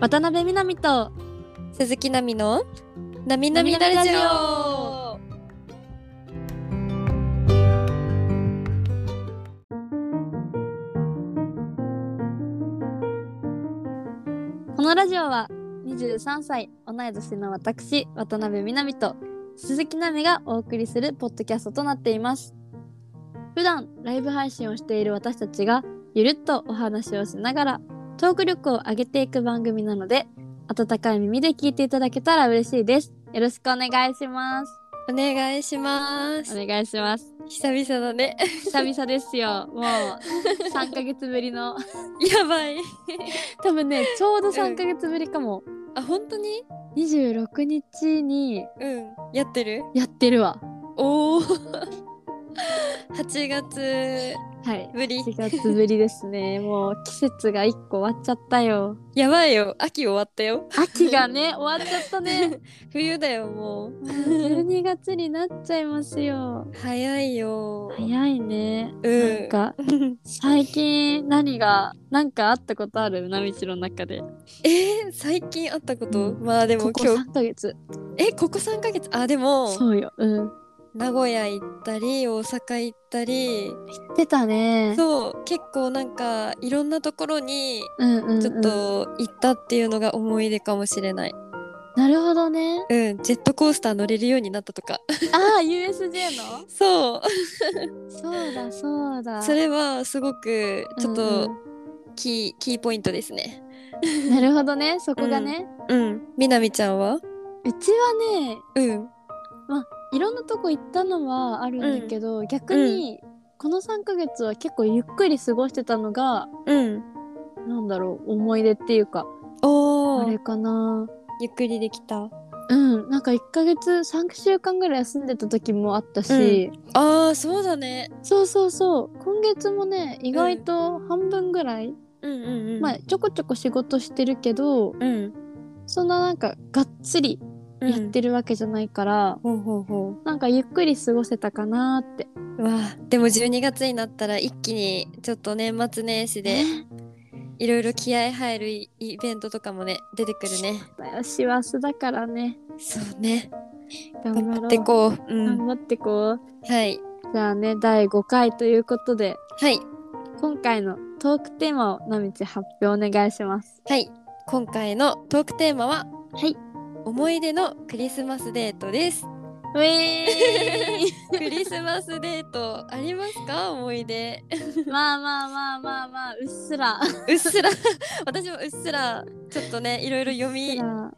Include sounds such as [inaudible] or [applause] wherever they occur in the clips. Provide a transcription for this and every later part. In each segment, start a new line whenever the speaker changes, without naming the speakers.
渡辺美波と
鈴木奈美の「なみなみラジオ」
このラジオは23歳同い年の私渡辺美波と鈴木奈美がお送りするポッドキャストとなっています普段ライブ配信をしている私たちがゆるっとお話をしながらトーク力を上げていく番組なので温かい耳で聞いていただけたら嬉しいですよろしくお願いします
お願いします
お願いします
久々だね [laughs]
久々ですよ [laughs] もう3ヶ月ぶりの
やばい
多分
[laughs]
ねちょうど3ヶ月ぶりかも、
あ本当に
26日に
うんやってる
やってるわ
おお [laughs] 8月
はい
ぶり
4月ぶりです
[laughs]
ねもう季節が1個終わっちゃったよ
やばいよ秋終わったよ
秋が
[laughs]
ね終わっちゃったね
冬だよも
[laughs]
う
12月になっちゃいますよ
早いよ
早いね
うん
なんか最近何が何かあったことある波城の中で
えー、最近あったこと、
う
まあでも
ここ
今日
3ヶ月
えここ3ヶ月あでも
そうようん
名古屋行ったり大阪行ったり
出たね
そう結構なんかいろんなところに
うんうんうん、
ちょっと行ったっていうのが思い出かもしれない、
なるほどね
[laughs] うんジェットコースター乗れるようになったとか [laughs]
ああ USJ の
そう
そうだそうだ
それはすごくちょっ
うんう
と
ん
キー,、キーポイントですね
なるほどねそこがね、
うんみなみちゃんは
うちはね
うん
いろんなとこ行ったのはあるんだけど、逆にこの3ヶ月は結構ゆっくり過ごしてたのが
うん
なんだろう思い出っていうか
お
あれ
ー
かな
ゆっくりできた
うんなんか1ヶ月3週間ぐらい休んでた時もあったし、
あーそうだね
そうそうそう今月もね意外と半分ぐらい、
うんうんうん
まあちょこちょこ仕事してるけど
うん
そんななんかがっつりやってるわけじゃないから、
ほうほうほ
なんかゆっくり過ごせたかなって
うわあでも12月になったら一気にちょっと年末年始でいろいろ気合い入るイイベントとかもね出てくるね
だよ師走だからね
そうね
頑
頑
張
張
ろ
っ
う
てこううん
頑張ってこう
はい
じゃあね第5回ということで
はい
今回のトークテーマをなみち発表お願いします
はい今回のトークテーマは
はい
思い出のクリスマスデート [laughs] です
ウェ
クリスマスデートありますか思い出
ーイ [laughs] まあまあまあまあまあうっすら
[laughs] うっすら [laughs] 私もうっすらちょっとねいろいろ読み、よ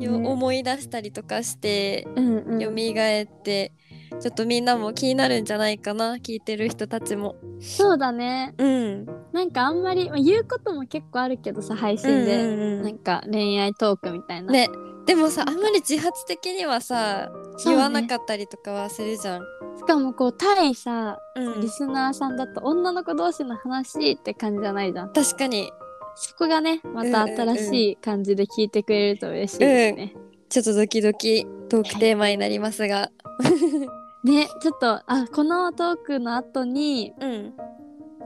ね
思い出したりとかして
うんうん
よみがえってちょっとみんなも気になるんじゃないかな聞いてる人たちも
そうだね
うん
なんかあんまり、まあ、言うことも結構あるけどさ配信で、
うんうんうん
なんか恋愛トークみたいな、
ねでもさあんまり自発的にはさ、
そう
言
ね
わなかったりとかはするじゃん
しかもこう対さ
うん
リスナーさんだと女の子同士の話って感じじゃないじゃん
確かに
そこがねまた新しい感じで聞いてくれると嬉しいですね、
ちょっとドキドキトークテーマになりますが、
ねちょっとあこのトークの後に
うん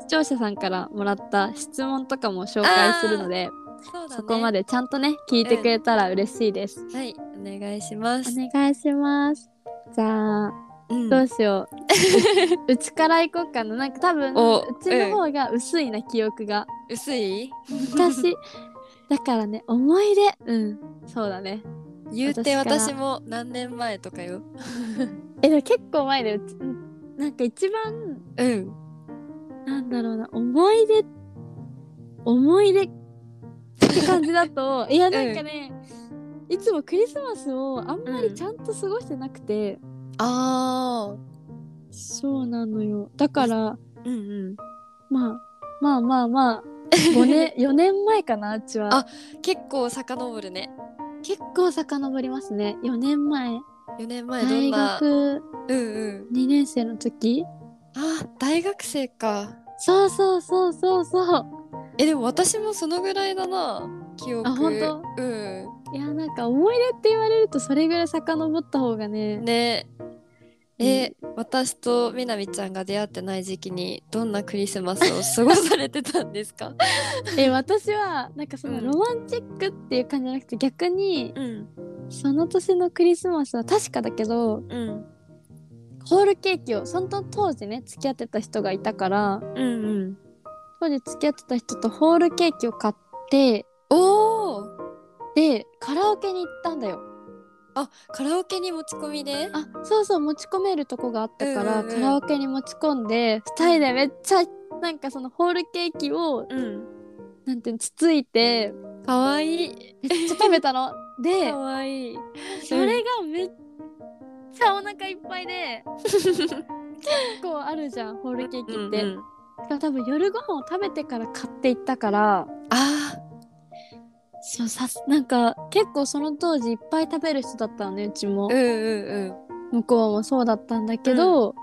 視聴者さんからもらった質問とかも紹介するので
そうだ、ね、
そこまでちゃんとね聞いてくれたら嬉しいです、
はいお願いします、
お願いしますじゃあ
うん
どうしよう、
[laughs]
ううちから行こうかななんか多分
お
うちの方が薄いな記憶が
薄い
昔だからね思い出うんそうだね
言う
私
て
から
私も何年前とかよ
えでも結構前でうちうんなんか一番
うん
なんだろうな思い出思い出って感じだ [laughs] といやなんかね、いつもクリスマスをあんまりちゃんと過ごしてなくて、
あ
そうなのよだから
ーうんうん
まあまあまあま [laughs] あ5年4年前かなうちは
あ結構遡るね
結構遡りますね4年前
4年前どん
大
な
学
うんうん
2年生の時
あ大学生か
そうそうそうそうそう
えでも私もそのぐらいだな記憶
あほんと
う
いやなんか思い出って言われるとそれぐらい遡った方がね
んねえ、私とみなみちゃんが出会ってない時期にどんなクリスマスを過ごされてたんですか
[laughs] え私はなんかその
うん
ロマンチックっていう感じじゃなくて逆に
うん
その年のクリスマスは確かだけど
うん
ホールケーキをその当時ね付き合ってた人がいたから
うんうん
当時付き合ってた人とホールケーキを買って
おお
でカラオケに行ったんだよ
あカラオケに持ち込みで
あそうそう持ち込めるとこがあったから、
うんうんうん
カラオケに持ち込んで2人でめっちゃなんかそのホールケーキを
うん
なんていうのつついて
かわいい
めっちゃ食べたので
かわいい
それがめっちゃお腹いっぱいで結構あるじゃんホールケーキって、
うんうん
しかも多分夜ご飯を食べてから買っていったから
あ
そうさすなんか結構その当時いっぱい食べる人だったのねうちも
ーうんうんうん
向こうもそうだったんだけど、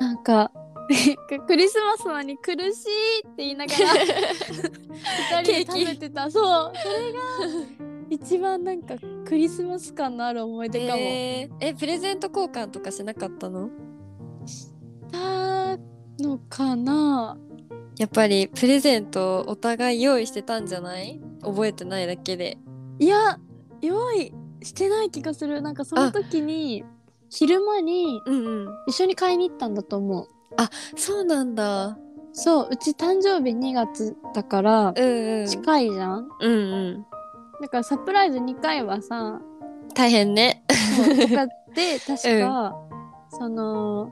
なんか [laughs] クリスマスなのに苦しいって言いながら
[laughs]
二人で食べてたそうそれが一番なんかクリスマス感のある思い出かも、
えーえプレゼント交換とかしなかったの
たのかな
やっぱりプレゼントをお互い用意してたんじゃない覚えてないだけで
いや用意してない気がするなんかその時に昼間に
うんうん
一緒に買いに行ったんだと思う
そうなんだ
そううち誕生日2月だから
うんうん
近いじゃん
うんうん
だからサプライズ2回はさ
大変ね
そうとか
[laughs]
で確か、その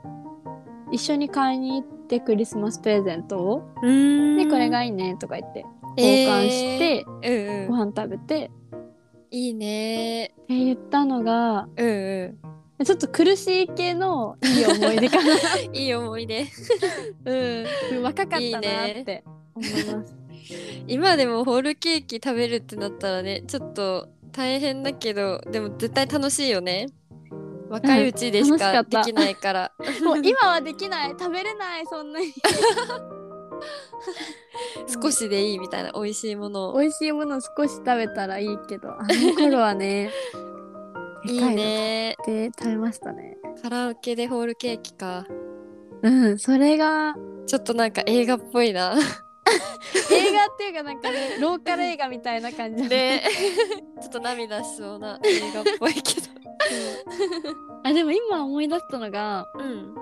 一緒に買いに行ってクリスマスプレゼントを、
うーん
でこれがいいねとか言って
え
交
ー
換して、
うん
ご
うん
飯食べて
いいね
って言ったのが
うんう
ちょっと苦しい系のいい思い出かな、
んいい思い出
うん、若かったなって思います
今でもホールケーキ食べるってなったらねちょっと大変だけどでも絶対楽しいよね若いうちでし
うん
か
楽しかった
できないから、
[laughs] もう今はできない食べれないそん [laughs] なに
少しでいいみたいな美味しいものを
美味しいものを少し食べたらいいけどあの頃は [laughs] ね
い
で
い
かの
ね
買って食べましたね
カラオケでホールケーキか
うんそれが
ちょっとなんか映画っぽいな
映画っていうかなんか [laughs] ねローカル映画みたいな感じ
で [laughs] ちょっと涙しそうな映画っぽい
[laughs]
けど
あでも今思い出したのが
うん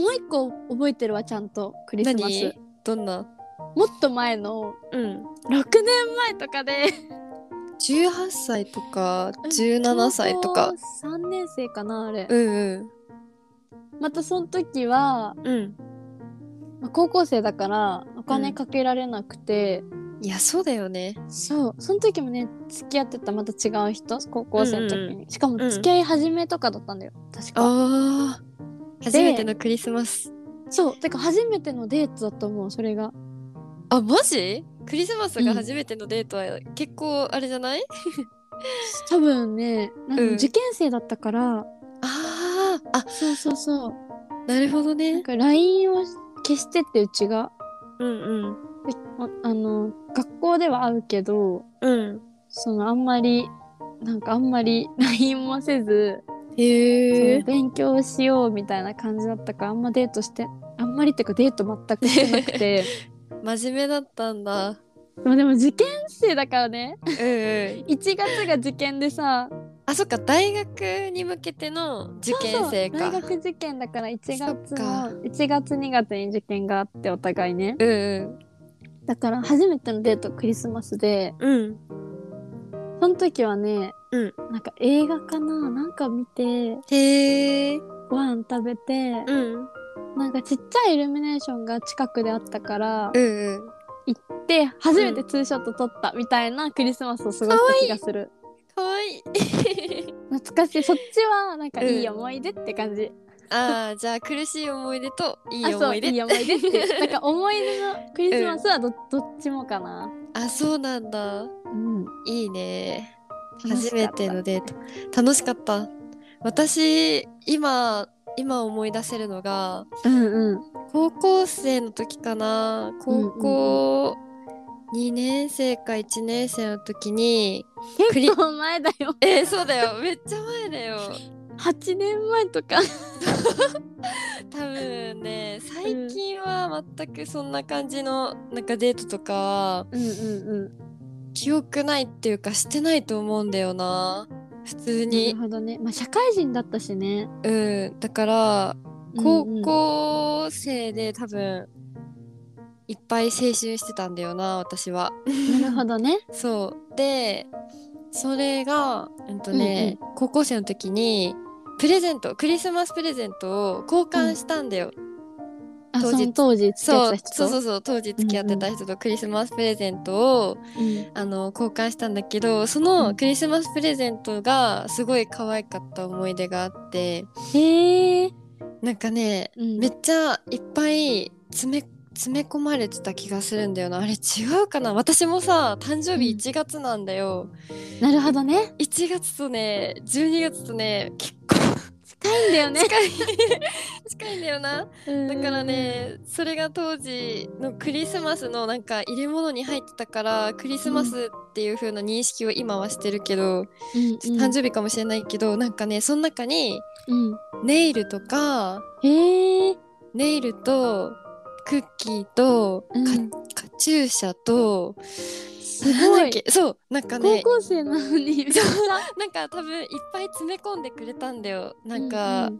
もう一個覚えてるわちゃんとクリスマ
何
ス
どんな
もっと前の
うん
6年前とかで
18歳とか17歳とか
3年生かなあれ、
うんうん
またその時は、
うん
まあ高校生だからお金かけられなくて、
いやそうだよね
そうその時もね付き合ってたまた違う人高校生の時に、
う
しかも
うん
付き合い始めとかだったんだよ確か
あー初めてのクリスマス
そうてか初めてのデートだと思うそれが
あマジクリスマスが初めてのデートは結構あれじゃない、
多分ねなんか
うん
受験生だったから、
あーあ
そうそうそう
なるほど
なん
ね
か LINE を消してってうちが
うんうん
でああの学校では会うけど
うん
そのあんまりなんかあんまり LINE もせず、
へ
その勉強しようみたいな感じだったからあんまデートしてあんまりっていうかデート全くしてなくて
真面目だったんだうん
まあでも受験生だからね
うん
1月が受験でさ
[laughs] あそっか大学に向けての受験生か
そう大学受験だから1月
そっか
の1月2月に受験があってお互いね
うんうん
だから初めてのデートクリスマスで
うん
その時はね、
うん
なんか映画かななんか見て
へえ
ご飯食べて、
うん
なんかちっちゃいイルミネーションが近くであったから
うんうん
行って初めてツーショット撮ったみたいなクリスマスを過ごした気がする
かわ [laughs] いい
懐かしいそっちはなんか
うん
いい思い出って感じ、
ああじゃあ苦しい思い出といい
あそう
思い出
いい思い出ってなんか思い出のクリスマスはど,、どっちもかな
あそうなんだ
うん
いいね
楽し
初
かった
めてのデート楽しかった私今今思い出せるのが
うんうん
高校生の時かな高校2年生か1年生の時にクリ [laughs]
結構前だよ
えーそうだよめっちゃ前だよ
8年前とか
多分ね最近は全くそんな感じのなんかデートとか
うんうんうん
記憶ないっていうかしてないと思うんだよな普通
な
に
るほどねまあ社会人だったしね
うんだから高校生で多分いっぱい青春してたんだよな私は
うんうんなるほどね
そうでそれがうんとね、高校生の時にプレゼントクリスマスプレゼントを交換したんだよ、
あ
当
そ
日
の当時付き合っ
そう
てた人
そうそううそう当時付き合ってた人とクリスマスプレゼントを、
ん
あの交換したんだけどそうの
ん
クリスマスプレゼントがすごい可愛かった思い出があって
へえ
なんかね
うん
めっちゃいっぱい詰め詰め込まれてた気がするんだよなあれ違うかな私もさ誕生日
うん
1月なんだよ、
なるほどね
1月とね12月とね結
近いんだよ
構
ね
近い [laughs] 近いんだよなだ
だ
からねそれが当時のクリスマスのなんか入れ物に入ってたからクリスマスっていう風な認識を今はしてるけど、誕生日かもしれないけどなんかねその中に
うんうん
ネイルとか
へえ
ネイルとクッキーと、
うん
かカチューシャと
す
なん
ご
だっ
い
けそうなんか
高
ね
校生なのに
なんか多分いっぱい詰め込んでくれたんだよな
なん
か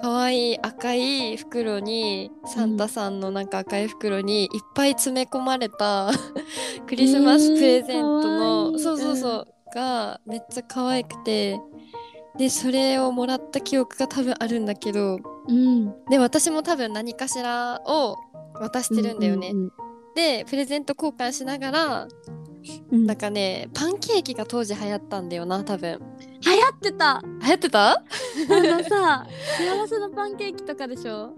可愛、い赤い袋にサンタさんのなんか赤い袋にいっぱい詰め込まれ
[laughs]
たクリスマスプレゼントの、
えー可愛い
そうそうそう、がめっちゃ可愛くてでそれをもらった記憶が多分あるんだけど
うん
で私も多分何かしらを渡してるんだよね。
うう
でプレゼント交換しながら
うんうん
なんかねパンケーキが当時流行ったんだよな多分。
流行って
[laughs]
た
流行ってた
あのさ幸せのパンケーキとかでしょ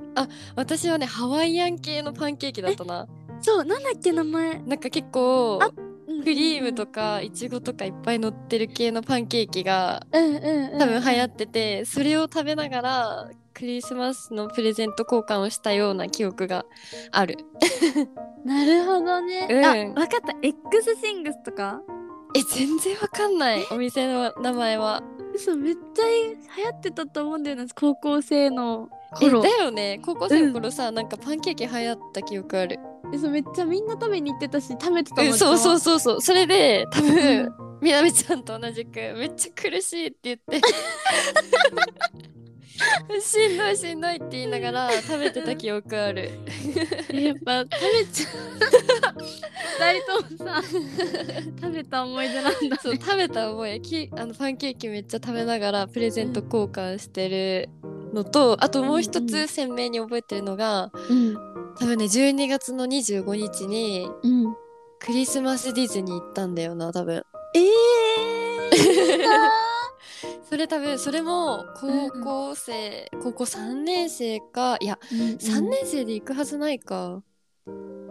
私はねハワイアン系のパンケーキだったな。
そうなんだっけ名前
なんか結構
ク
クリームとかいちごとかいっぱい乗ってる系のパンケーキが
うんうんうん
多分流行っててそれを食べながらクリスマスのプレゼント交換をしたような記憶がある。
なるほどね、
うん
あわかった X シングスとか
え全然わかんないお店の名前は。
嘘めっちゃ流行ってたと思うんだよね高校生の
え
頃
だよね高校生の頃さ、なんかパンケーキ流行った記憶ある
嘘めっちゃみんな食べに行ってたし食べてた
う
も
ん
ん
そうそう
そ
そうそうそれで多分、
うん
みなみちゃんと同じくめっちゃ苦しいって言って [laughs] しんどいしんどいって言いながら食べてた記憶ある
やっぱ食べちゃ [laughs] う二人ともさ食べた思い出なんだ
そう食べた覚えきあのパンケーキめっちゃ食べながらプレゼント交換してるのと、あともう一
うんう
つ
ん
鮮明に覚えてるのが
うん
多分ね12月の25日に
[laughs] うん
クリスマスディズニー行ったんだよな多分
え
[laughs] それ多分それも高校生、高校3年生かいや
え
3年生で行くはずないか、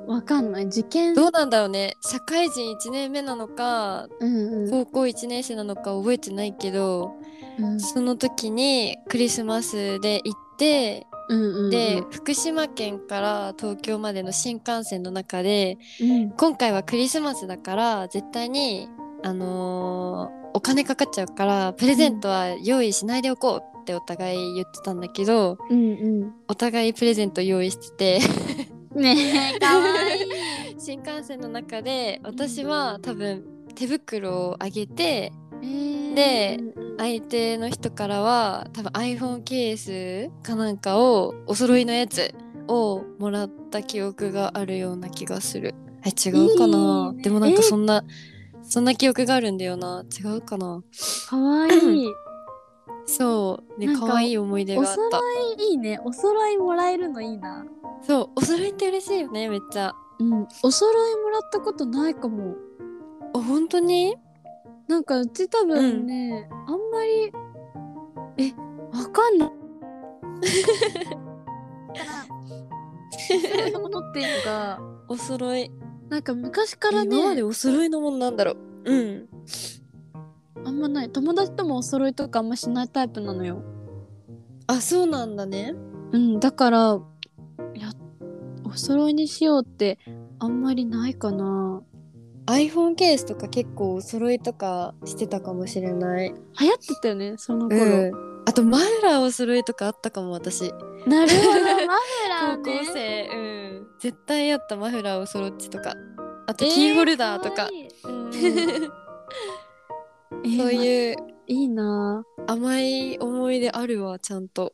わかんない受験
どうなんだろうね社会人1年目なのか
うんうん
高校1年生なのか覚えてないけど、
うん
その時にクリスマスで行って、
うんうん
で福島県から東京までの新幹線の中で
うん
今回はクリスマスだから絶対にあのーお金かかっちゃうからプレゼントは用意しないでおこうってお互い言ってたんだけど、
うん
お互いプレゼント用意してて
うんねえかわ [laughs] いい
[laughs] 新幹線の中で私は多分手袋をあげてで相手の人からは多分 iPhone ケースかなんかをお揃いのやつをもらった記憶があるような気がするえ違うかない
いね
でもなんかそんなそんな記憶があるんだよな違うかな
かわいい
そうね
なんか
可愛い思い出があっ
お揃
た
いいねお揃いもらえるのいいな
そうお揃いって嬉しいよねめっちゃ
うんお揃いもらったことないかも
お本当に
なんかうち多分ね、あんまりえわかんないお揃いのものっていうのが
お揃い
[laughs] なんか昔からね
今までお揃いのもんなんだろううん
あんまない友達ともお揃いとかあんましないタイプなのよ
あそうなんだね
うんだからいやお揃いにしようってあんまりないかな
iPhone ケースとか結構お揃いとかしてたかもしれない
流行ってたよねその頃、
うんあとマフラーを揃えとかあったかも私
な
[laughs]
るほどマ
高
フラー
校
ね
生、うん、絶対あったマフラーを揃っちとかあとキーホルダーとか、
えー可愛い
[laughs]
うん
そ
えー
ういう
いいな
甘い思い出あるわちゃんと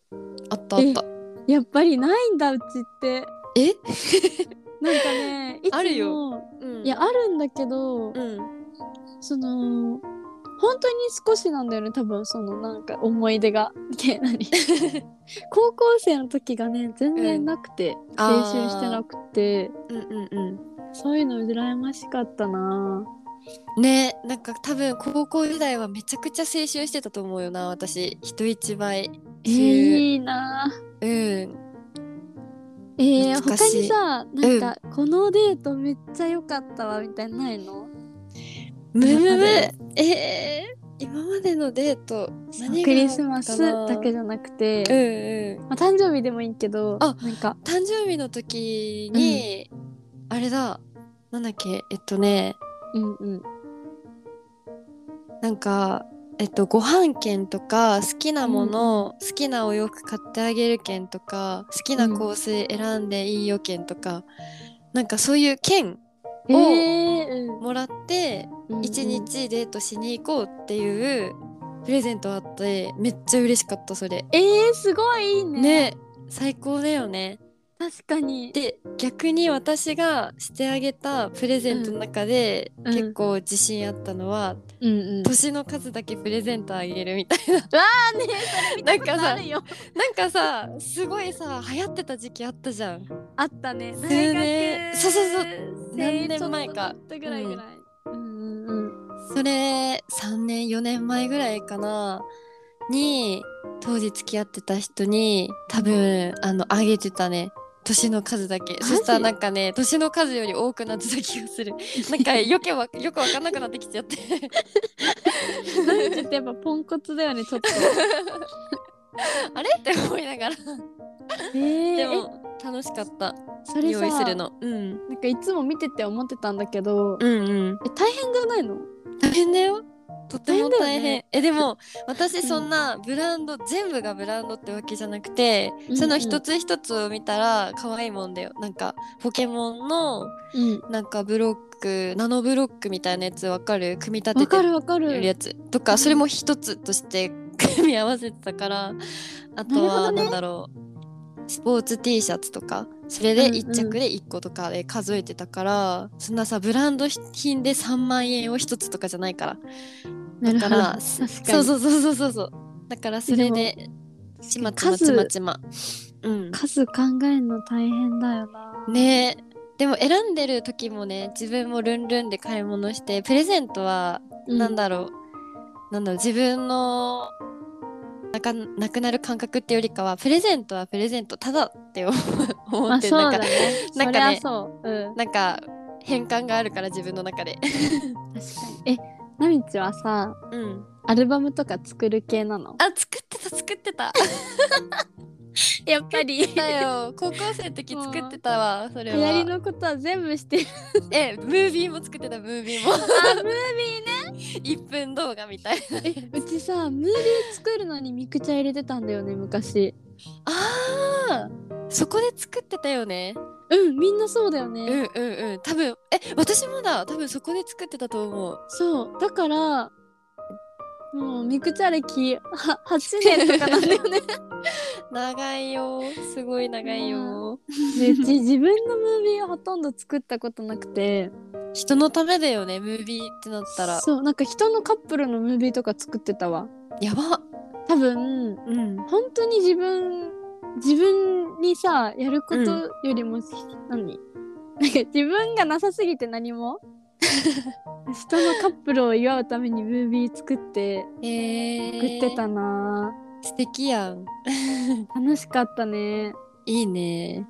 あったあった
ぁやっぱりないんだうちって
え
なんかねいつも
[laughs] あるようん
いやあるんだけど、
うん
その本当に少しなんだよね多分そのなんか思い出が。け何 [laughs] 高校生の時がね全然なくて、
あー
青春してなくて
うんうんう
そういうの羨ましかったな。
んねなんか多分高校時代はめちゃくちゃ青春してたと思うよな私人一倍
えー、いいな。
うん
えー、
懐
他
かし
に
い
さなんか、このデートめっちゃ良かったわみたいなのないの
むむむ
今まで
えー、今までのデート何が
クリスマスだけ
じ
じゃなくて、
うんうん
まあ、誕生日でもいいけど
あ
なんか
誕生日の時に、あれだなんだっけえっとね
うんうん
なんかえっとご飯券とか好きなもの、好きなお洋服買ってあげる券とか好きな香水選んでいいよ券とか、なんかそういう券
えー
もらって
うんうん
一日デートしに行こうっていうプレゼントあってめっちゃ嬉しかったそれ
えー、すごいいいね
ね最高だよね
確かに
で逆に私がしてあげたプレゼントの中で、
うんうん
結構自信あったのは、
うんうん
年の数だけプレゼントあげるみたい [laughs] な
ね
なんか
あ
さ
るよ
なんかさすごいさ流行ってた時期あったじゃん
あったね
数年そうそうそう
生
何年前か
ちょっとぐらいぐらい、うん、うんうん
それ3年4年前ぐらいかなに当時付き合ってた人に多分あのあげてたね年の数だけ
ジ
そしたらなんかね年の数より多くなってた気がするなんかよくわよくわかんなくなってきちゃって [laughs]
なんかちょっとやっぱポンコツだよねちょっと
あれって思いながら
[laughs] えー
でも楽しかった
えそれさ
用意するの、うん、
なんかいつも見てて思ってたんだけど、
うんうん
え大変じゃないの
大変だよとても
大変だよね
大変えでも私
ん
そんなブランド全部がブランドってわけじゃなくて、
うん
その一つ一つを見たら可愛いもんだよなんかポケモンの
うん
なんかブロックナノブロックみたいなやつわかる組み立
わ
て
か
て
るわか
や
る
るやつと
う
か
ん
それも一つとして [laughs] 組み合わせてたからあと
なるほど
は
ね
なんだろうスポーツ T シャツとかそれで
うんうん
1着で1個とかで数えてたから、そんなさブランド品で3万円を1つとかじゃないから
だ
だから
確かに
そうそうそうそうそうそうだからそれでちまちま
数
ちまちまうん
数考えるの大変だよな
ねえでも選んでる時もね自分もルンルンで買い物してプレゼントはなんだろう、なんだろう自分のなかなくなる感覚ってよりかはプレゼントはプレゼントただって思
[laughs] うん
思
ま
っ
あ
て
そう
るな
だ
んか、
ね
[laughs] なんかね
そりゃそううん
なんか変換があるから自分の中で
確かにえなみちはさ
うん
アルバムとか作る系なの
あ作ってた作ってた
[laughs] やっぱり
だよ高校生の時作ってたわそれ
流
は
行りのことは全部してる
えムービーも作ってたムービーも
あムービ
1分動画みたいな
ーねえうちさムービー作るのにミクチャ入れてたんだよね昔
あーそこで作ってたよね
うんみんなそうだよ
う
ね、
んうんうん多分え私もだ多分そこで作ってたと思う
そうだからもうミクチャ歴は8年とかなんだよ
[laughs]
ね
長いよすごい長いよ
でうち自分のムービーはほとんど作ったことなくて
人のためだよねムービーってなったら
そうなんか人のカップルのムービーとか作ってたわ
やば
多分
うん
本当に自分自分にさやることよりも、何なんか自分がなさすぎて何
[laughs]
も人のカップルを祝うためにムービー作って
え
作ってたなぁ、
素敵やん
楽しかったね
いいね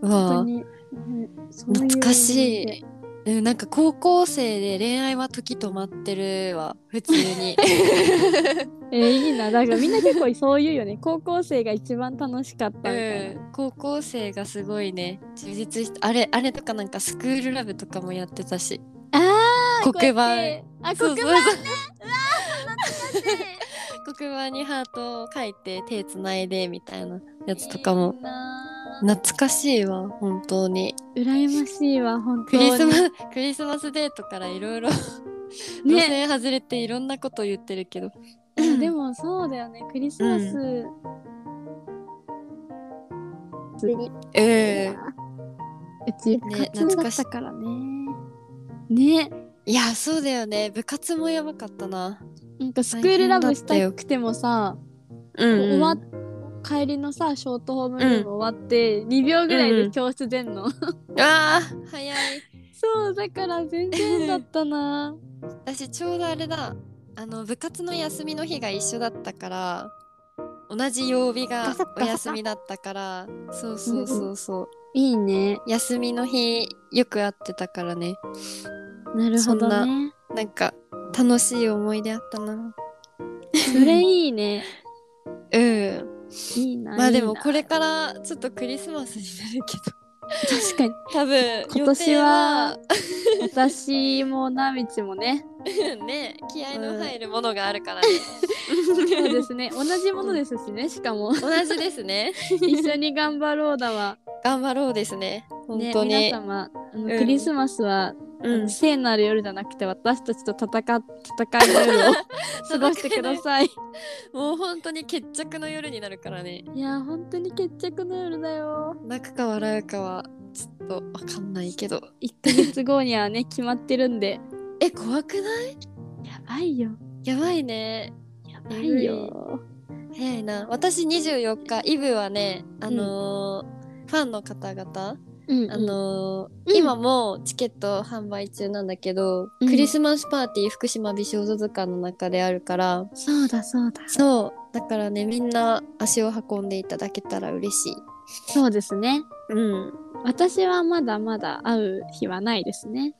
本当
わあ
に、うんそういう
懐かしいうん、なんか高校生で恋愛は時止まってるわ普
[laughs]
通に
思い出えーいいなだからみんな結構そう言うよね高校生が一番楽しかったみたいな、
うん高校生がすごいね充実してあれあれとかなんかスクールラブとかもやってたし
あー
黒板
こうやってあ
そ
黒
う
板
そうそう
懐かしい
黒黒板にハートを書いて手つないでみたいな [laughs] やつとかも
いいなぁ
懐かしいわ本当に
羨ましいわ本当
クリスマ
ス
ス [laughs] クリスマスデートからいろいろ路
ね
線外れていろんなこと言ってるけど、
いやでもそうだよねクリスマス、普通に
え
うち部
ね
活だったからねね
いやそうだよね部活もやばかったな
なんかスクールラブしたくてもさ、
う
終わっ帰りのさショートホームルーム終わって2秒ぐらいで教室出ん
[laughs]
の、
あー早い
そうだから全然だった
[laughs]
な
私ちょうどあれだあの部活の休みの日が一緒だったから同じ曜日
ガ
が
サッガサ
お
ッ
休みだったからそうそうそうそう
いいね
休みの日よく会ってたからね
なるほど
そ
ね
なんか楽しい思い出あったな
それいいね
うん
いいな
[laughs] まあで
い
も
いな
これからちょっとクリスマスになるけど
確かに
多分
今年は私もなみちもね
予 [laughs] 定はね気合の入るものがあるから
そう
ね
ですね同じものですしねしか
[laughs]
も
同じですね
一緒に頑張ろうだわ
頑張ろうですね本
ね
当に、
皆様あの、
ん
クリスマスは、あ
う
の
ん
聖なる夜じゃなくて私たちと戦っ戦いの
[laughs]
夜を過ごしてください
もう本当に決着の夜になるからね
いや本当に決着の夜だよ
泣くか笑うかはちょっとわかんないけど
1ヶ月後にはね決まってるんで
え怖くない
やばいよ
やばいね
やばいよ
早いな私24日イブはねあのーファンの方々、
うんうん
あのー
うん
今もチケット販売中なんだけど、
うん
クリスマスパーティー福島美少女図鑑の中であるから
そうだそうだ
そうだからねみんな足を運んでいただけたら嬉しい
そうですね
うん
私はまだまだ会う日はないですね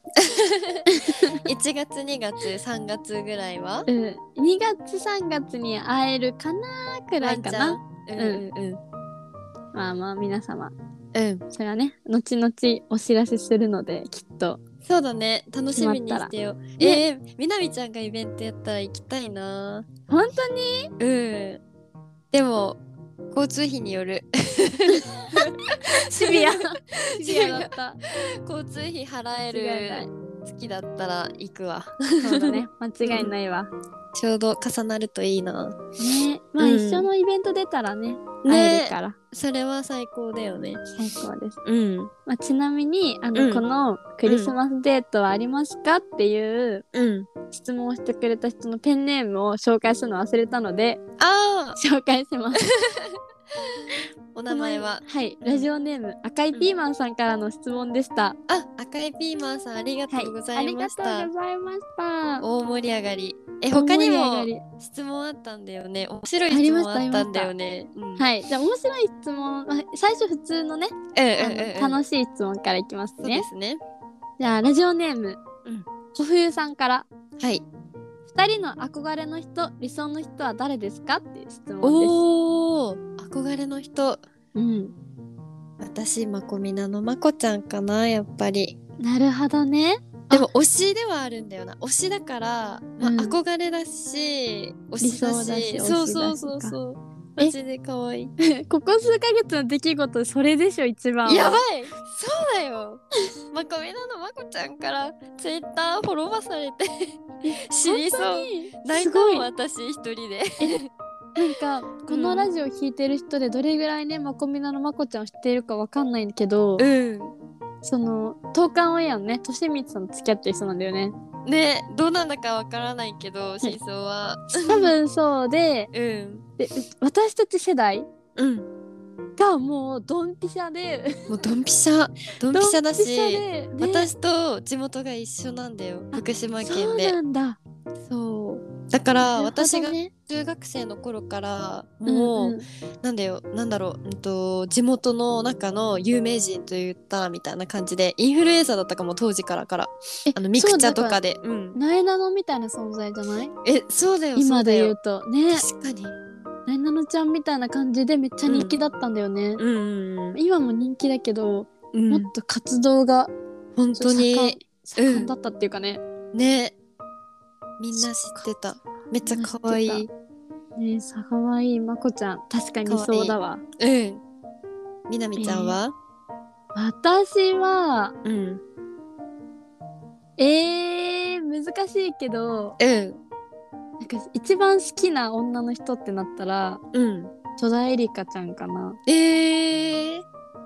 1月2月3月ぐらいは
うん2月3月に会えるかなくらいかな
ワンちゃんうんうんうん
まあまあ皆様
うん
それはね後々お知らせするのできっと
そうだね楽しみにしてよえー、みなみちゃんがイベントやったら行きたいな
本当に
うんでも交通費による
[laughs]
[laughs]
シビア
ビア
[laughs] シビアだった
交通費払え
間違いない
る月だったら行
[laughs]
くわ
そうだね間違いないわ
ちょうど重なるといいな
ねまあ
うん
一緒のイベント出たらね会え
ね
るから
それは最高だよね
最高です
うん
まあちなみにあの
うん
このクリスマスデートはありますかっていう
うん
質問をしてくれた人のペンネームを紹介するの忘れたので
ああ
[laughs] 紹介します
お名前は
[laughs] はい、ラジオネーム赤いピーマンさんからの質問でした。
あ赤いピーマンさんありがとうござ
あ
い
り
ま
が
し
と
た、
うございました。
大盛り上がりえ他
大
に
盛
も
り上が
質問あったんだよね面白い
あり
質
まし
問
た
あったんだよねうん
りはい、じゃあ面白い質問、まあ最初普通のね、あ
うんうんうん
の
うん
楽しい質問からいきます
そうで
ね。
すね。
じゃあラジオネーム、
うん
小冬さんから。
はい。
二人の憧れの人、理想の人は誰ですかっていう質問です。
おお、憧れの人。
うん、
私まこみなのまこちゃんかなやっぱり。
なるほどね。
でも推しではあるんだよな。推しだから、まあ
うん
憧れだし、推しだ
理想だし
し、
推しだし
そうそうそうそう。
え
マジで可愛い。
ここ数ヶ月の出来事、それでしょ一番は。
やばい。そうだよ。 [laughs] まこみなのまこちゃんからツイッターフォロワーされて [laughs] 知
本
りそう。
当に
泣
す
いた
ご
も
い
ん私一人で。
なんかこのラジオ聴いてる人でどれぐらいねまこみなのまこちゃんを知っているかわかんないけど、
うん。
その東韓オンエアのねとしみつさんと付き合ってる人なんだよね
ね、どうなんだかわからないけど、真相は。
多分そうで
うん。
でう私たち世代
うん。
がもうドンピシャで
もうドンピシャドンピシャだし
ドンピシャでで
私と地元が一緒なんだよ
あ
福島
そ
県
う
で
なんだ
そうだから私
な
が
るほ
中学生の頃から
どね
もう、
んん
なんだよなんだろう、うんと、地元の中の有名人と言ったらみたいな感じでインフルエンサーだったかも当時からから
え
あのミクチャ
そう
と
なん
かでうん
なえなのみたいな存在じゃない
えそうだよ
今で言
そう
とね
だよ確かに
なえなのちゃんみたいな感じでめっちゃ人気だったんだよね、
うんうん
今も人気だけど、
うんう
も
ん
っと活動が
本当に
盛ん盛んだったっていうかね、
ねみんな知ってためっちゃ可愛い
ねえさかわいいまこちゃん確かにそうだわ
うん。みなみちゃんは、
私は
うん。
えー、難しいけど
うん。
なんか一番好きな女の人ってなったら
うん。
戸田恵梨香ちゃんかな
えー、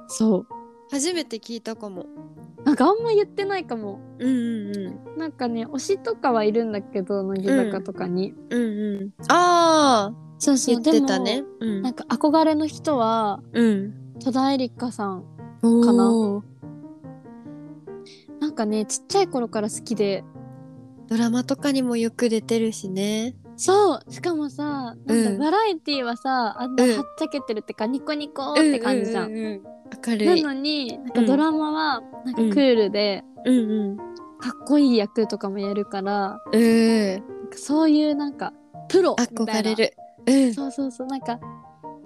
そ
初めて聞いたかも。
うなんかあんま言ってないかも
うんうんうん。
なんかね推しとかはいるんだけど乃木坂とかに、
うんうん。ああ、
そうそ
言
う
ってた
で
ね
も。
うん
なん。か憧れの人は
うん。
戸田恵梨香さん
かな
おなんかねちっちゃい頃から好きで
ドラマとかにもよく出てるしね。
そうしかもさなんだ、
うん
バラエティーはさあんな
うん
はっちゃけてるってか、ニコニコって感じじゃん。
うんうんうんうん明るい。
なのになんか
うん
ドラマはなんかクールで、
うんうん。
かっこいい役とかもやるから
うん。
なんかそういうなんかプロみたい
憧
な
れる。うん。
そうそうそうなんか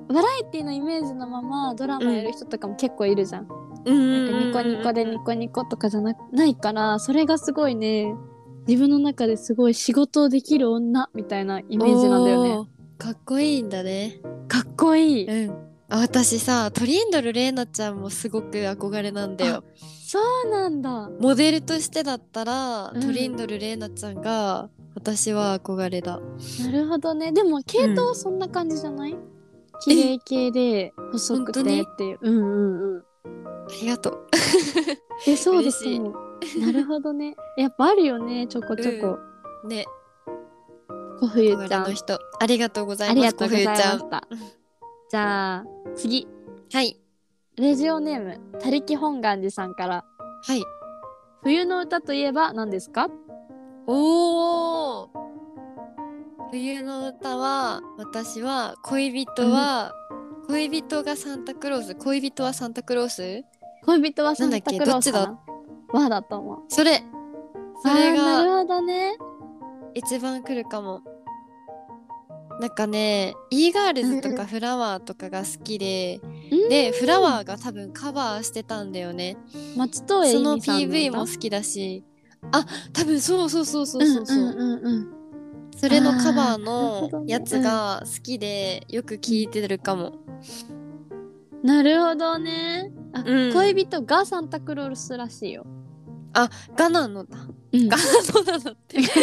バラエティのイメージのままドラマやる人とかも結構いるじゃん。
うん
なんかニコニコでニコニコとかじゃなないからそれがすごいね自分の中ですごい仕事をできる女みたいなイメージなんだよね。
ね。かっこいいんだね。
かっこいい。
うん。あ私さトリンドル玲奈ちゃんもすごく憧れなんだよ。
そうなんだ。
モデルとしてだったら、
うん
トリンドル玲奈ちゃんが私は憧れだ。
なるほどね。でも系統はそんな感じじゃない、綺麗系で細くてっていう。うんうんうん。
ありがとう。
えそうです
嬉しい
そうなるほどね。やっぱあるよねちょこちょこ。
ね、
小冬
憧
ち
れ
ゃん
の。人。ありがとうござ
あ
い
りが
ます。
とうございました。じゃあ次
小冬ちゃんはい。
レジオネームたりき本願寺さんから
はい。
冬の歌といえば何ですか？
おお冬の歌は私は恋人は、恋人がサンタクロース恋人はサンタクロース
恋人はサンタクロースか
なんだ
な。わだと思う。
それそれ
あー
が
なるほどね。
一番来るかもなんかね e ガールズと
うんう
かフラワーとかが好きで
うん
でフラワーが多分カバーしてたんだよね
松任谷
そ
由
の
実さんなんだ。
PV も好きだしあ多分そうそうそうそうそうそう,、
んうんうんうん。
それのカバー
あーなるほど
の
ね
やつが好きでよく聞いてるかも
なるほどね。あ、
うん
恋人がサンタクロースらしいよ。
ガナのだ。
うん
ガナのだ
[laughs]
って。
そ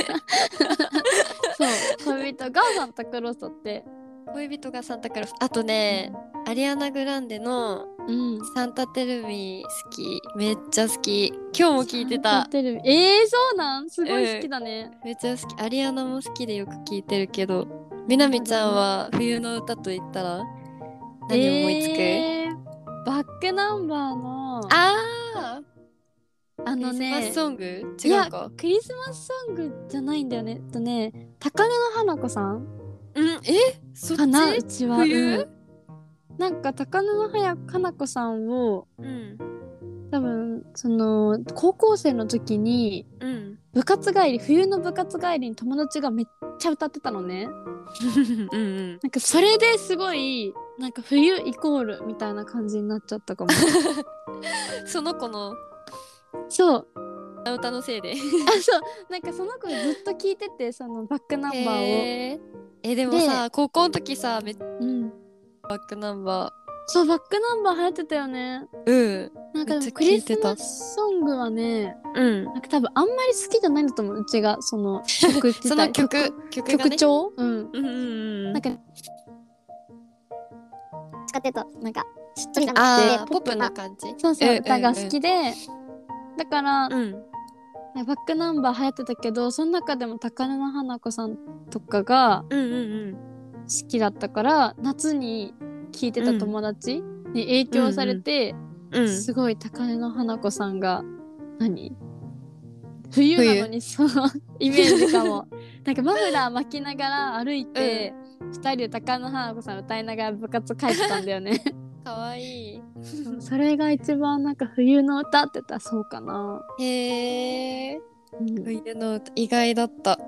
う恋人がサンタクロース [laughs] って。
恋人がサンタクロース。あとね、アリアナ・グランデの
うん。
サンタテルミ好き。めっちゃ好き。今日も聞いて
サン
た
タ。テレビえー、そうなんすごい好きだね。
めっちゃ好き。アリアナも好きでよく聞いてるけど、みなみちゃんは冬の歌と言ったら何思いつく、
えーバックナンバーの
あ
あ
ー
の
クリス
ね
マスソング違うか
クリスマスソングじゃないんだよねえっとね高根の花子さん
うん、えそっ
かなう
ち
ちはう
冬
んなんか高根の花子さんを
うん。
多分その高校生の時に [laughs]
うん。
部活帰り冬の部活帰りに友達がめっちゃ歌ってたのね
うんうん。
なんかそれですごいなんか冬イコールみたいな感じになっちゃったかも
その子の
そう
歌のせいで。
あそうなんかその子ずっと聞いててそのバックナンバーを、
へーえでもさ高校の時さめっちゃ
うん、
バックナンバ
そうバックナンバー流行ってたよね
ー
なん
め
か
っ
でも
ちゃ
ク
聞
リ
い
ス
てた
マスソングはね
うんうん
なんか多分あんまり好きじゃないんだと思ううちがその曲自体
[laughs] その曲曲が
曲
ね
調、うん
うんうんうん
なんか使ってたなんかしっとりじゃな
あ
く
ー
て
ポップな感じ
そうそう、
うんうんうん
歌が好きでだから、
うん
ねバックナンバー流行ってたけどその中でも高嶺の花子さんとかが
うんうん
好きだったから夏に聴いてた友達に影響されて、
うんうん
すごい高嶺の花子さんが何冬なのにその [laughs] イメージかもなんかマフラー巻きながら歩いて、二人で高嶺の花子さん歌いながら部活帰ってたんだよ
[laughs]
ね
かわいい
それが一番なんか冬の歌って言ったらそうかな、
へえ
うん
冬の歌意外だった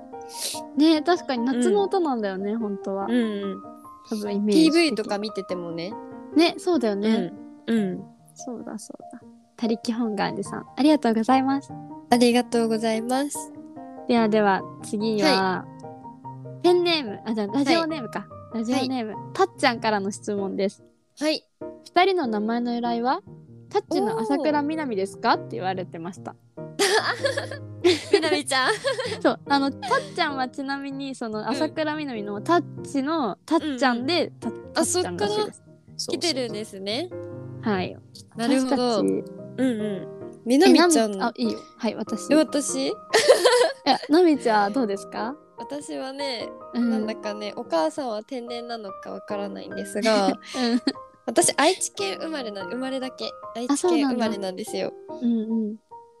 ね確かに夏の歌なんだよね、本当は
うんうん
多分イメージ的
PV とか見ててもね
ねそうだよ
う
ね、
んうん
そうだそうだ他力本願寺さんありがとうございます
ありがとうございます
ではでは次は、ペンネームあじゃあラジオネームか、ラジオネーム、たっちゃんからの質問です
はい。
二人の名前の由来はタッチの朝倉みなみですかって言われてま
[laughs]
した
[laughs] みなみちゃん。
そうあのたっちゃんはちなみにその朝倉みなみのタッチのたっちゃんで、たたっちゃんらしいです
来てるんですすね。
はい
なるほど。
私た
うん
ち
うん。みなみちゃん
え
の
な。みあいいよはい私
え
い
私
やなみちゃんどうですか、
私はね、
うん、
なんだかねお母さんは天然なのかわからないんです
[laughs]
が
うん
私愛知県生まれな生まれだけ愛
あ
知
そう
県
な
生
んだ
まれなんですよ
うんうん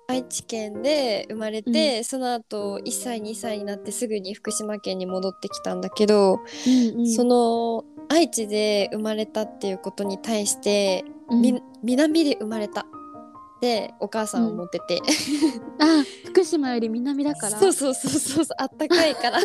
愛知県で生まれて、その後1歳2歳になってすぐに福島県に戻ってきたんだけど、
うんうん
その愛知で生まれたっていうことに対して、
うん
み南で生まれたでお母さんを持ってて、
あ福島より南だから
そうそうそうそうそうあったかいから [laughs] あっ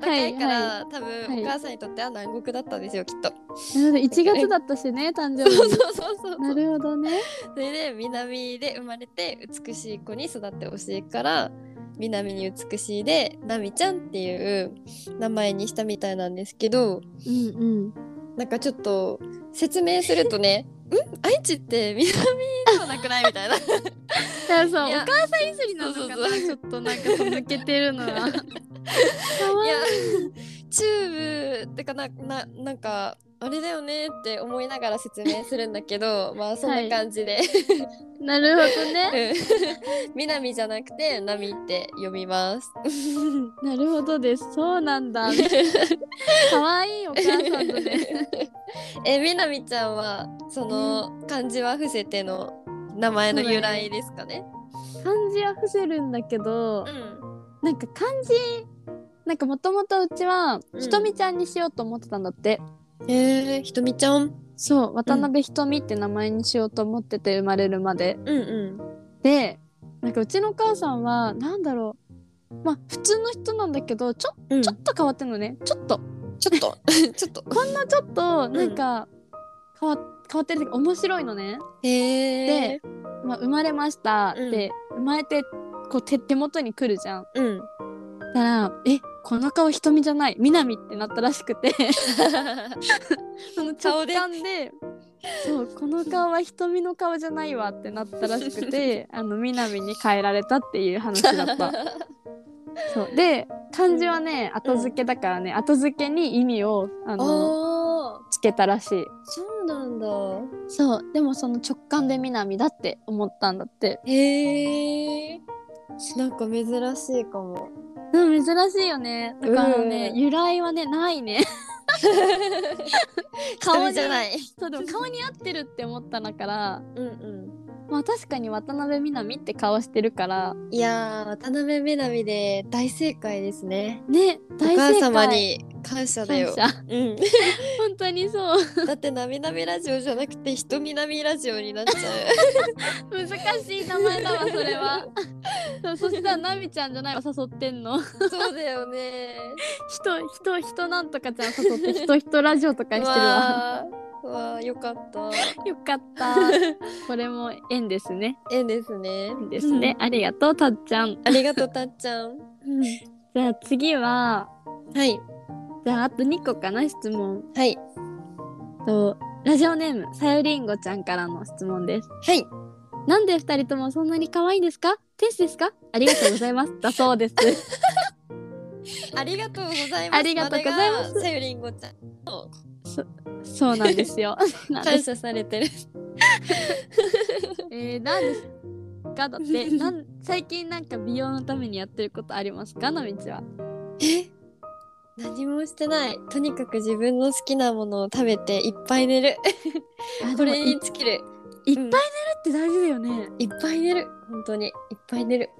たかいから、
は
多
はい
分お母さんにとっては南国だったんですよきっ [laughs] と。
なので1月だったしね誕生日
そうそうそうそう
なるほどね
それで南で生まれて美しい子に育ってほしいから南に美しいでナミちゃんっていう名前にしたみたいなんですけど
うんうん
なんかちょっと説明するとね「うん愛知って南ではなくない?」みたい
い
な。
やそう
いや
お母さん譲りなのかな
そうそうそう
ちょっとなんか抜けてるのはか
い
わい
やチューブってかなななんかあれだよねって思いながら説明するんだけ [laughs] どまあそんな感 [laughs] じで、
いなるほどね
うん南じゃなくてナミって読みます。
なるほどですそうなんだかわいいお母さんとね
[laughs] えみなみちゃんはその漢字は伏せての名前の由来ですかね。
漢字は伏せるんだけど
ん。
なんか漢字なんかもともとうちは
うん
ひとみちゃんにしようと思ってたんだって、
えー、ひとみちゃん。
そう渡辺ひとみって名前にしようと思ってて生まれるまで
うんう
でなんかうちのお母さんはなんだろうまあ普通の人なんだけどちょ
ん。うん、
ち
ち
ょ
ょ
っと変わってんのねちょっと
っと [laughs] ちょっと。
こんなちょっとなんか変わ,、変わってる時面白いのね、
へえー。
まあ、生まれました、
うん
で生まれてこう手手元に来るじゃん
うん。
だから「えこの顔瞳じゃない南」ってなったらしく [laughs] てその直感でそうこの顔は瞳の顔じゃないわってなったらしく [laughs] てあの南に変えられたっていう話だ [laughs] ったそうで漢字はね後付けだからね、後付けに意味をあ
あ
の
あ
つけたらしい
そうなんだ。
そうでもその直感で南だって思ったんだって
へえー。なんか珍しいかも。
うん珍しいよねだからね、
うん
由来はねないね
[laughs] 顔
顔
じゃないい。
そうでも顔に合ってるって思ったんだから
うんう
まあ確かに渡辺美奈美って顔してるから
ん。いやー渡辺みなみで大正解ですね。
ね
お
大
母
正解
様に感謝だ
感
よ。
謝
うん。
本当にそう
だってなみなみラジオじゃなくてひとみなみラジオになっちゃ
難しい名前だわそれはそうそしたら奈美ちゃんじゃないわ誘ってんの [laughs]
う。そうだよね。
人人人なんとかちゃん誘って人人ラジオとかしてるわ
わーわーよかった。
よかったこれも縁ですね
ええですね。
ですね。ありがとう、たっちゃん。
ありがとうたっちゃん。
じゃあ次は、
はい
じゃああと2個かな、質問。
はい
と、ラジオネーム、さゆりんごちゃんからの質問です。
はい。
なんで二人ともそんなに可愛いんですか天使ですかありがとうござい [laughs] ます。だそうです。
ありがとうございます。
ありがとうございます
までが。さゆりんごちゃん。
そうなんです [laughs] よ。なんで
感
す。
謝されてる。
えー、なんですかだ [laughs] って、なん、最近なんか美容のためにやってることありますかなみちは。
え何もしてない。とにかく自分の好きなものを食べていっぱい
[laughs]
寝る。これに
い
尽きる。
いっぱい寝るって大事だよね。
いっぱい寝る。本当にいっぱい寝る。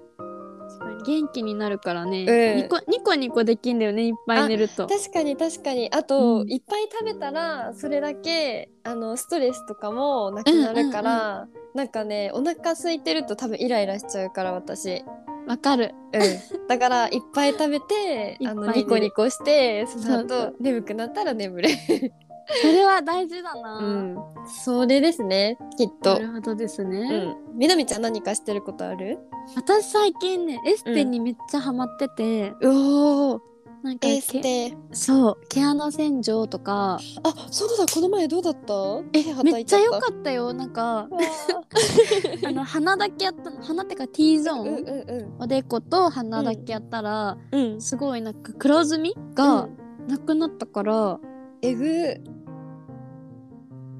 元気になるからね。
うん
ニコニコニコできんだよね。いっぱい寝ると。
確かに確かにあと、
うん
いっぱい食べたらそれだけあのストレスとかもなくなるから、なんかねお腹空いてると多分イライラしちゃうから私、
わかる。 [laughs]
うん、だからいっぱい食べてあ
いっ
の
ぱい
ニコニコしてその
そうそ
後眠くなったら眠る、
それは大事だな。
うん、それですねきっ
な
と。
るほどです
う
ね、
ん、みなみちゃん何かしてることある
私最近ねエステにめっちゃハマってて、
うおー
なんか
エース
け
テ
そう毛穴洗浄とか
あそうだこの前どうだった
え
手
め
叩
っ
い
ちゃ良か
っ
ったよなん
[laughs]
か
たわ
あの鼻だけやったの鼻ってか T ゾー
あ
ン、
うんうんうん
おでこと鼻だけやったら、
うん
すごいなんか黒ずみがなくなったから、
えぐ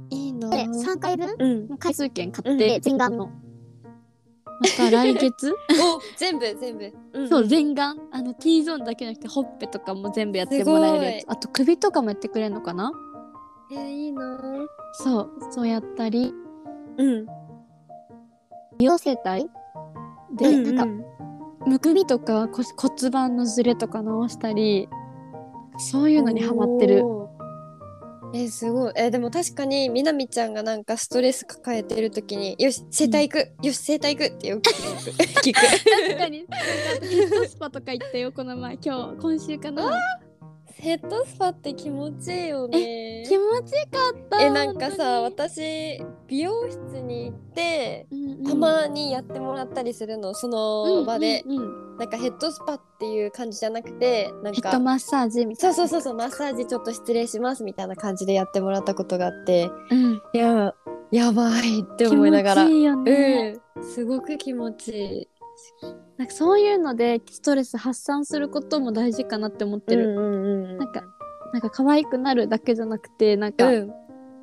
いいな
で3回分
うん
回数券買
うん
って、
で全眼
のまた来
[laughs]
月
お全部全部、ん
そう全眼あの T ゾーンだけじゃなくてほっぺとかも全部やってもらえるや
す
つあと首とかもやってくれるのかな
えーいいな
そうそうやったり
うん
美容整体
で、
うん
なんかむくみとかこ骨盤のずれとか直したりそういうのにハマってる
おー。えーすごい。えーでも確かにみなみちゃんがなんかストレス抱えてる時に「よし整体行く、よし整体行く」ってよく
[laughs]
聞く聞く。
確かにヘッドスパとか行ったよこの前今日今週かな
[laughs] ヘッドスパって気持ちいいよね。
気持ちよかった
えなんかさ
本
私美容室に行って
当にうんうん
たまにやってもらったりするのその場で、
うんうんうん
なんかヘッドスパっていう感じじゃなくてなん
ヘッド
か
マッサージみた
そ
いうな
そうそうそうマッサージちょっと失礼しますみたいな感じでやってもらったことがあって
うん
いややばいって
気
思いながら
持ちいいよね、
うん、すごく気持ちいい。
なんかそういうのでストレス発散することも大事かなって思ってる、
うん
なんかなんか可愛くなるだけじゃなくてなんか、
うん、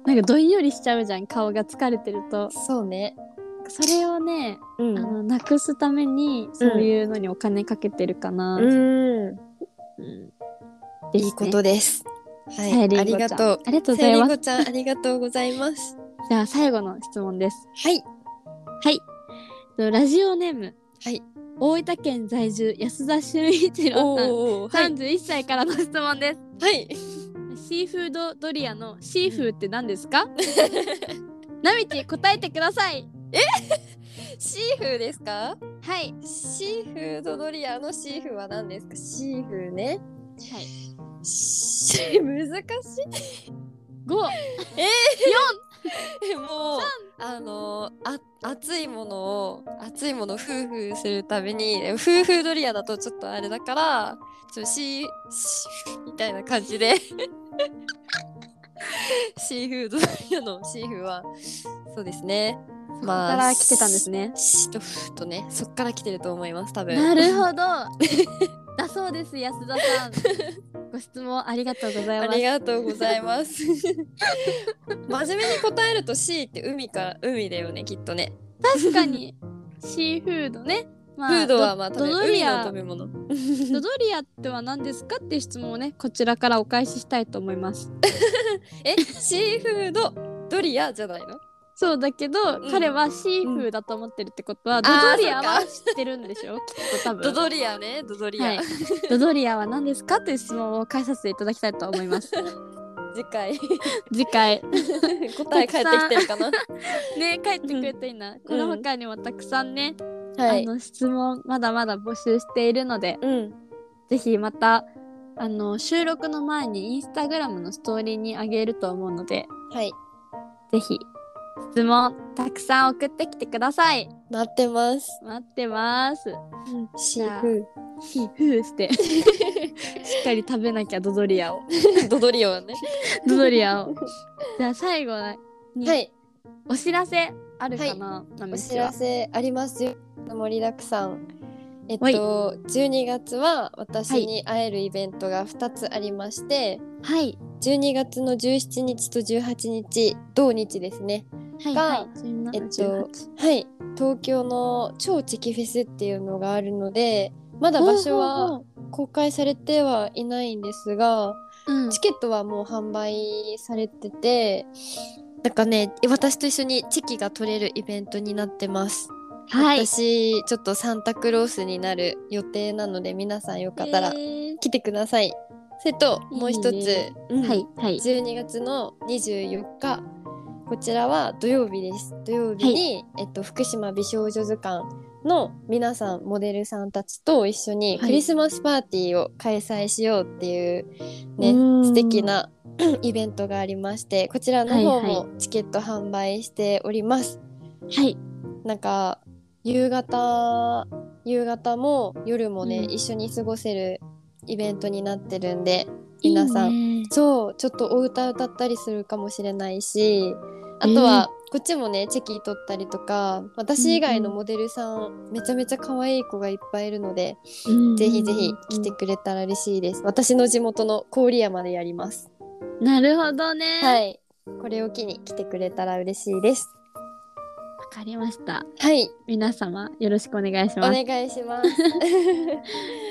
なんかどんよりしちゃうじゃん顔が疲れてると
そうね。
それをね、
う
あのなくすためにそういうのにお金かけてるかな、
うん、
ですね
いいことです。は
さゆり
い、
ん
あ
ごち
り
ゃん
がとう。
ありがとうご
さ
ざ
ゆ
い
り
ま
んご
す
ちゃん、ありがとうございます。
じゃあ最後の質問です
はい、
はいえっとラジオネーム
はい、
大分県在住安田俊一郎
おお、は
さ
い
ん、31歳からの質問です
はい、
シーフードドリアのシーフーって何です [laughs] か？ナミティ答えてください。
シーフーですか。
はい。
シーフードドリアのシーフーは何ですか。シーフーね。
はい。
し難しい。
五。
えもうあのあ熱いものを熱いものをフーフーするためにフーフードリアだとちょっとあれだからちょシーシーみたいな感じで [laughs] シーフードドリアのシーフーはそうですね
か
まあ
ら来てたんですね。
シーとフーとねそっから来てると思います多分
なるほど。だそうです安田さん。 [laughs] ご質問ありがとうござい
[laughs] あ
ま
り
す。
がとうございます [laughs] 真面目に答えるとシーって海から海だよねきっとね
確かにシーフードね。ま
フードはまあ
ド
食べ
ド
海
リ
の
ア
食べ物
ドドリアっては何ですかっていう質問をねこちらからお返ししたいと思います。
え、シーフードドリアじゃないの？
そうだけど、
ん
彼はシーフーだと思ってるってことは、ドドリアは知ってるんでしょきっと多分。
ドドリアね、ドドリア。
はいドドリアは何ですかという質問を返させていただきたいと思い [laughs] ます。[laughs]
次回
次回
答え返ってきてるかな。
ね帰ってくれていいな、この他にもたくさんね、あ。の質問まだまだ募集しているので
うん。
ぜひまたあの収録の前にインスタグラムのストーリーにあげると思うので
はい。
ぜひ質問たくさん送ってきてください
待ってます。
待ってます
シーフ
ひふーして
[laughs]
しっかり食べなきゃドドリアを
ードドドリアはね。
ドドリアをじゃあ最後に、
はい。
お知らせあるかな、ナ
お
ミ
知
チは
らせありますよ。盛りだくさん。えっ
はい
と、12月は私に会えるイベントが2つありまして、
はい
12月の17日と18日、同日ですね。
はい
が
はい17
えっと
18
はい、東京の超チキフェスっていうのがあるのでまだ場所は公開されてはいないんですが
うん
チケットはもう販売されててなんかね私と一緒にチキが取れるイベントになってます、
はい
私ちょっとサンタクロースになる予定なので皆さんよかったら
え
来てください、それともう一つ
いいね
うん
ーはいはい
12月の24日こちらは土曜日です土曜日に、えっと、福島美少女図鑑の皆さんモデルさんたちと一緒に
はい
クリスマスパーティーを開催しようっていうね、
うん
素敵な [clears throat] イベントがありましてこちらの方
はい
もチケット販売しております、
はい
なんか夕方夕方も夜もね、
うん
一緒に過ごせるイベントになってるんで
いいね
皆さんそうちょっとお歌歌ったりするかもしれないしあとは、こっちもねチェキ取ったりとか私以外のモデルさん、めちゃめちゃ可愛い子がいっぱいいるので、ぜひぜひ来てくれたら嬉しいです私の地元の郡山でやります
なるほどね。。
はいいこれを機に来てくれたら嬉しいです
わかりました。
はい
皆様よろしくお願いし
お
ます。
願いし [laughs] ます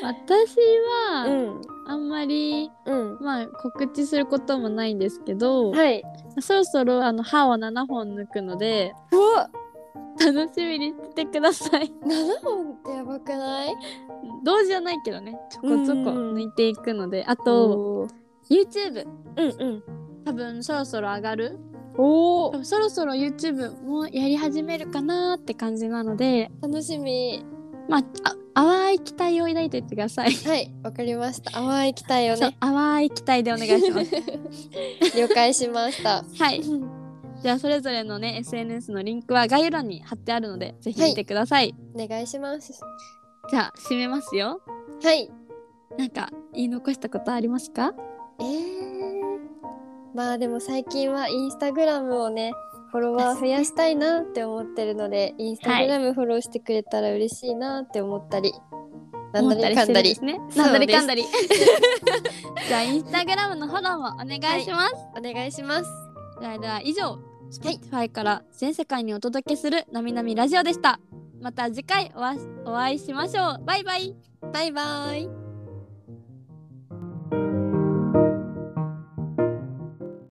私
う
は
ん
あんまり
うん
まあ告知することもないんですけど、
はい
そろそろあの歯を7本抜くので
うわ
楽しみにしてください。
7本ってやばくない
同時じゃないけどね、ちょこちょこ抜いていくので、あと
おー
YouTube
うんうん
多分そろそろ上がる。
お
多
お
分そろそろ YouTube もやり始めるかなーって感じなので、
楽しみ
まあ、あ淡い期待を抱いていってください。
はいわかりました淡い期待を
そう
ね
淡い期待でお願いします。
[laughs] 了解しました
はい。じゃあそれぞれのね SNS のリンクは概要欄に貼ってあるのでぜひ見てください。
お願いします
じゃあ締めますよ。
はい
なんか言い残したことありますか？
えー、まあでも最近はインスタグラムをねフォロワー増やしたいなって思ってるのでインスタグラムフォローしてくれたら嬉しいなって思ったり、なんだりかんだ
思ったり
り
してるんですね。
そ
なん
う
だ
で
り
す
かん
[laughs]
だり。じゃあインスタグラムのフォローもお願いします。
お願いします
ではでは以上 Spotify から全世界にお届けするなみなみラジオでした。また次回おわお会いしましょう。バイバイ。
バイバイ